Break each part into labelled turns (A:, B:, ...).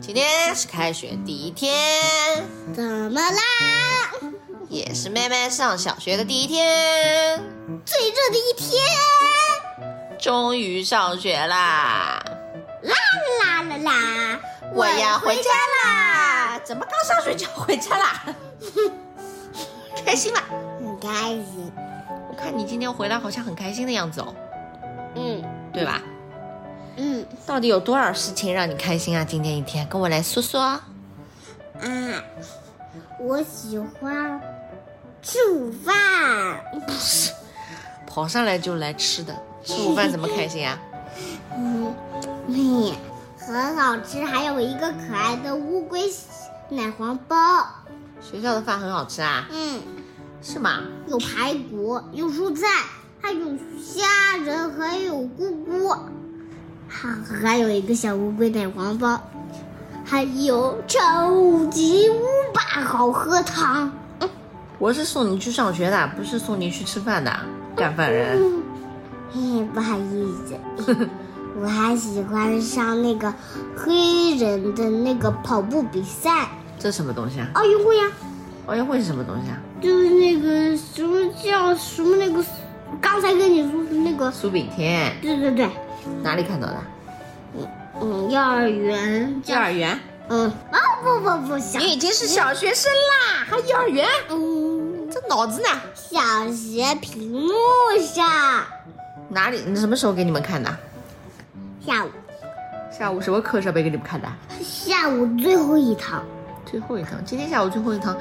A: 今天是开学第一天，
B: 怎么啦？
A: 也是妹妹上小学的第一天，
B: 最热的一天，
A: 终于上学啦！
B: 啦啦啦！
A: 我要回家啦！啊怎么刚上学就要回家啦？ 开心啦！
B: 很嗯开心。
A: 我看你今天回来好像很开心的样子哦，
B: 嗯
A: 对吧？
B: 嗯
A: 到底有多少事情让你开心啊？今天一天，跟我来说说。
B: 啊，我喜欢吃午饭。
A: 跑上来就来吃的，吃午饭怎么开心啊？
B: 嗯，嗯很好吃，还有一个可爱的乌龟奶黄包。
A: 学校的饭很好吃啊，
B: 嗯，
A: 是吗？
B: 有排骨，有蔬菜，还有虾仁，还有菇菇，还还有一个小乌龟奶黄包，还有超级乌霸好喝汤。
A: 我是送你去上学的，不是送你去吃饭的，啊干饭人。
B: 嗯，嘿，不好意思， 我还喜欢上那个黑人的那个跑步比赛，哦
A: 这什么东西啊？
B: 奥运会呀、
A: 奥运会是什么东西啊？
B: 就是那个什么叫什么那个，刚才跟你说的那个，
A: 苏炳添
B: 对对对，
A: 哪里看到的？
B: 嗯，幼儿园
A: 幼
B: 叫
A: 儿园。
B: 嗯，哦不不不，小
A: 你已经是小学生啦，还幼儿园？
B: 嗯
A: 这脑子呢？
B: 小学屏幕上，
A: 哪里？你什么时候给你们看的？
B: 下午
A: 下午什么课设备给你们看的？
B: 下午最后一堂，
A: 最后一堂，今天下午最后一堂，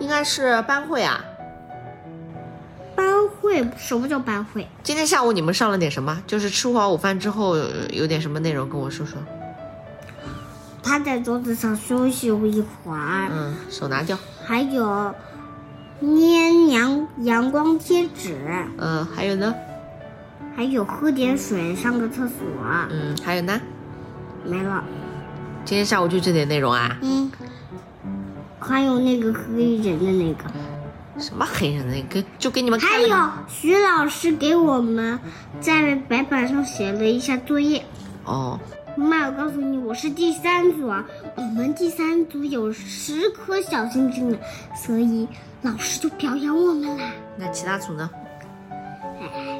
A: 应该是班会啊。
B: 班会什么叫班会？
A: 今天下午你们上了点什么？就是吃完午饭之后呃有点什么内容跟我说说。
B: 趴在桌子上休息一会儿，
A: 嗯，手拿掉。
B: 还有捏阳阳光贴纸，
A: 嗯，还有呢？
B: 还有喝点水，上个厕所，
A: 嗯，还有呢？
B: 没了。
A: 今天下午就这点内容啊？
B: 嗯，还有那个黑人的那个，
A: 什么黑人那个就给你们
B: 还
A: 看了。
B: 有徐老师给我们在白板上写了一下作业。
A: 哦，
B: 妈，我告诉你，我是第三组啊。我们第三组有十颗小星星呢，所以老师就表扬我们啦。
A: 那其他组呢？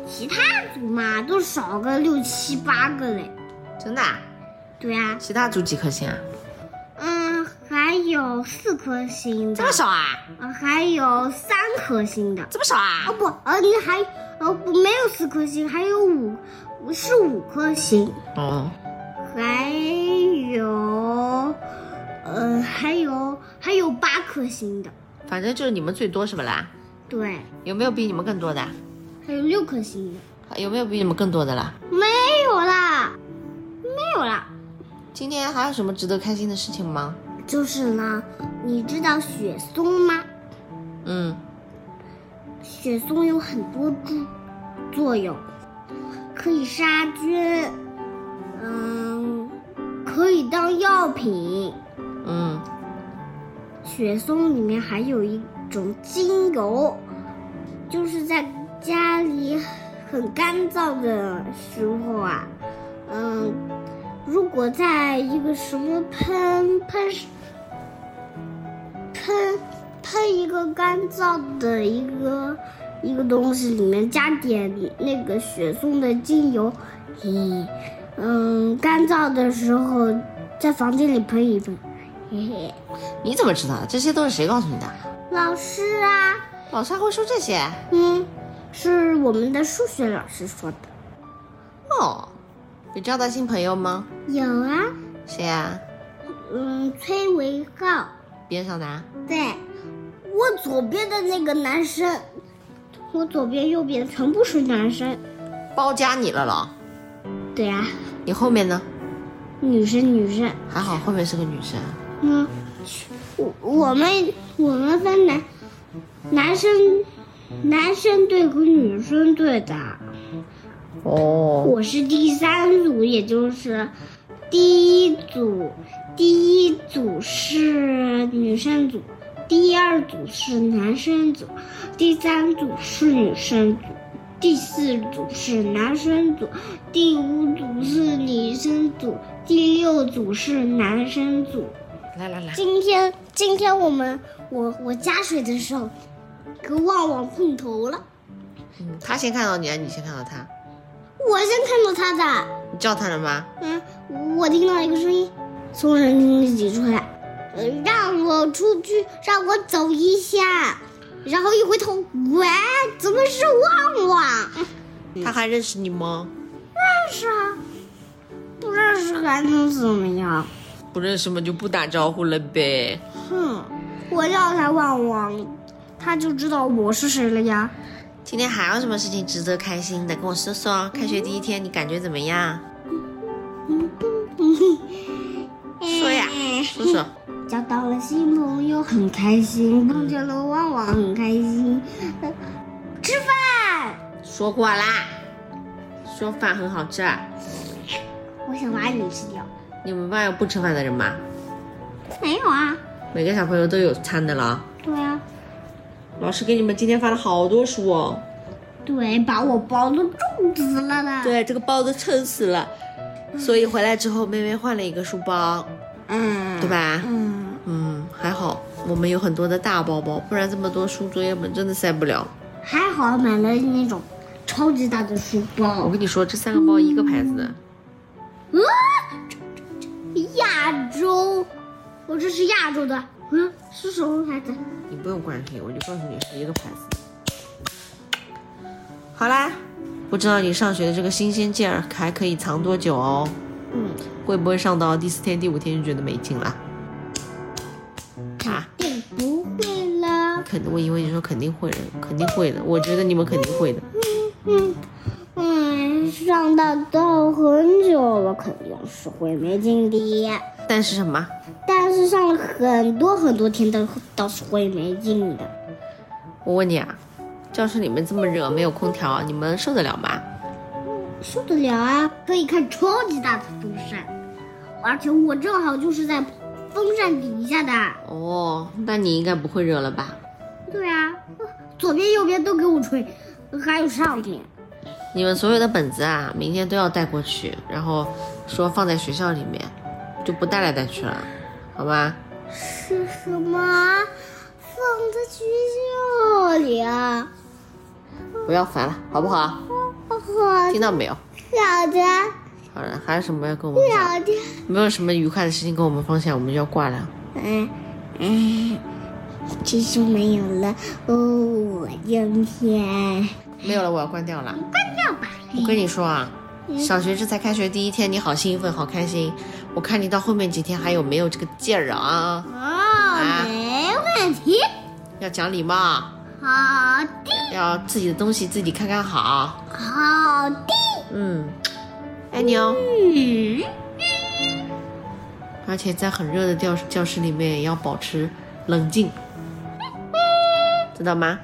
B: 其他组嘛，都少个六七八个嘞。
A: 真的啊、
B: 对啊，
A: 其他组几颗星啊？
B: 嗯，还有四颗星
A: 这
B: 的
A: 么，少啊？
B: 呃还有三颗星的。
A: 这么少啊
B: 哦？不，呃，你还呃不没有四颗星，还有五，是五颗星，
A: 哦，
B: 还有，呃，还有还有八颗星的，
A: 反正就是你们最多是不啦？
B: 对，
A: 有没有比你们更多的？
B: 还有六颗星的，
A: 有没有比你们更多的啦？
B: 没有啦，没有啦。
A: 今天还有什么值得开心的事情吗？
B: 就是呢，你知道雪松吗？
A: 嗯，
B: 雪松有很多助作用，可以杀菌，嗯，可以当药品。
A: 嗯，
B: 雪松里面还有一种精油，就是在家里很干燥的时候啊，嗯，如果在一个什么喷喷喷喷一个干燥的一个一个东西里面加点那个雪松的精油，嘿，嗯，干燥的时候在房间里喷一喷，嘿嘿。
A: 你怎么知道的？这些都是谁告诉你的？
B: 老师啊，
A: 老师还会说这些？
B: 嗯，是我们的数学老师说的。
A: 哦，有交到新朋友吗？
B: 有啊，
A: 谁啊？
B: 嗯，崔维浩，
A: 边上的啊？
B: 对，我左边的那个男生，我左边右边全部是男生。
A: 包夹你了咯？
B: 对啊，
A: 你后面呢？
B: 女生女生，
A: 还好后面是个女生。啊
B: 嗯，我我们我们分男男生男生队和女生队的。
A: 哦，
B: 我是第三组，也就是第一组，第一组是女生组，第二组是男生组，第三组是女生组，第四组是男生组，第五组是女生组，第六组是男生组。
A: 来来来，
B: 今天今天我们我我加水的时候，跟旺旺碰头了。
A: 嗯，他先看到你，还是你先看到他？
B: 我先看到他的，
A: 你叫他了吗？
B: 嗯，我听到一个声音，从人群里挤出来，呃让我出去，让我走一下。然后一回头，喂，怎么是旺旺？
A: 他还认识你吗？
B: 认识啊，不认识还能怎么样？
A: 不认识嘛，就不打招呼了呗。
B: 哼，我叫他旺旺，他就知道我是谁了呀。
A: 今天还有什么事情值得开心的？跟我说说。开学第一天你感觉怎么样？ 说呀，说说。
B: 交到了新朋友，很开心；碰见了旺旺，很开心。 呃吃饭，
A: 说过啦，说饭很好吃啊。
B: 我想把你吃掉。
A: 你们班有不吃饭的人吗？
B: 没有啊，
A: 每个小朋友都有餐的了。
B: 对啊，
A: 老师给你们今天发了好多书哦。
B: 对，把我包的重死了呢。，
A: 对，这个包都撑死了，所以回来之后，妹妹换了一个书包，
B: 嗯，
A: 对？吧？
B: 嗯，
A: 嗯，还好我们有很多的大包包，不然这么多书作业本真的塞不了。
B: 还好买了那种超级大的书
A: 我
B: 包。
A: 跟你说，这三个包一个牌子的，
B: 啊，这这这亚洲，我这是亚洲的，嗯，是什么牌子？
A: 你不用关心，我就告诉你是一个牌子的。好啦，不知道你上学的这个新鲜劲儿还可以藏多久哦？
B: 嗯，
A: 会不会上到第四天、第五天就觉得没劲了？
B: 肯定不会了。
A: 肯，我以为你说肯定会的，肯定会的，我觉得你们肯定会的。
B: 嗯，嗯，上到到很久，我肯定是会没劲的。
A: 但是什么？
B: 但是上了很多很多天都都是会没劲的。
A: 我问你啊，教室里面这么热，没有空调，你们受得了吗？
B: 受得了啊，可以看超级大的风扇，而且我正好就是在风扇底下的。
A: 哦，那你应该不会热了吧？
B: 对啊，左边右边都给我吹，还有上边。
A: 你们所有的本子啊，明天都要带过去，然后说放在学校里面，就不带来带去了，好吗？
B: 是什么？放在学校里啊？哦
A: 不要烦了，好不好？
B: 好的，
A: 听到没有？
B: 好的，
A: 好了，还有什么要跟我们讲？
B: 好的。
A: 没有什么愉快的事情跟我们分享，我们就要挂了。
B: 嗯，嗯，其实没有了哦，我今天
A: 没有了，我要关掉了。
B: 关掉吧。
A: 我跟你说啊，小学这才开学第一天，你好兴奋，好开心。我看你到后面几天还有没有这个劲儿啊？
B: 哦，没问题。
A: 要讲礼貌，
B: 好的，
A: 要自己的东西自己看看好。
B: 好的。
A: 嗯，爱你哦。
B: 嗯，
A: 而且在很热的教教室里面也要保持冷静，知道吗？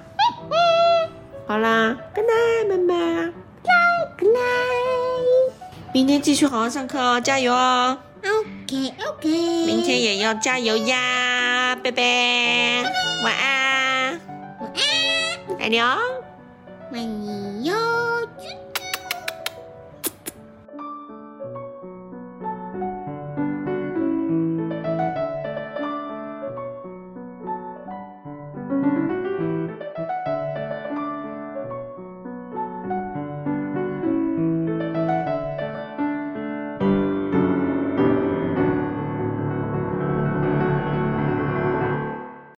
A: 好啦，Good night，妈妈。
B: good night。
A: 明天继续好好上课哦，加油哦！
B: OK OK。
A: 明天也要加油呀，拜拜，晚安，晚安，爱你哦。
B: 晚安。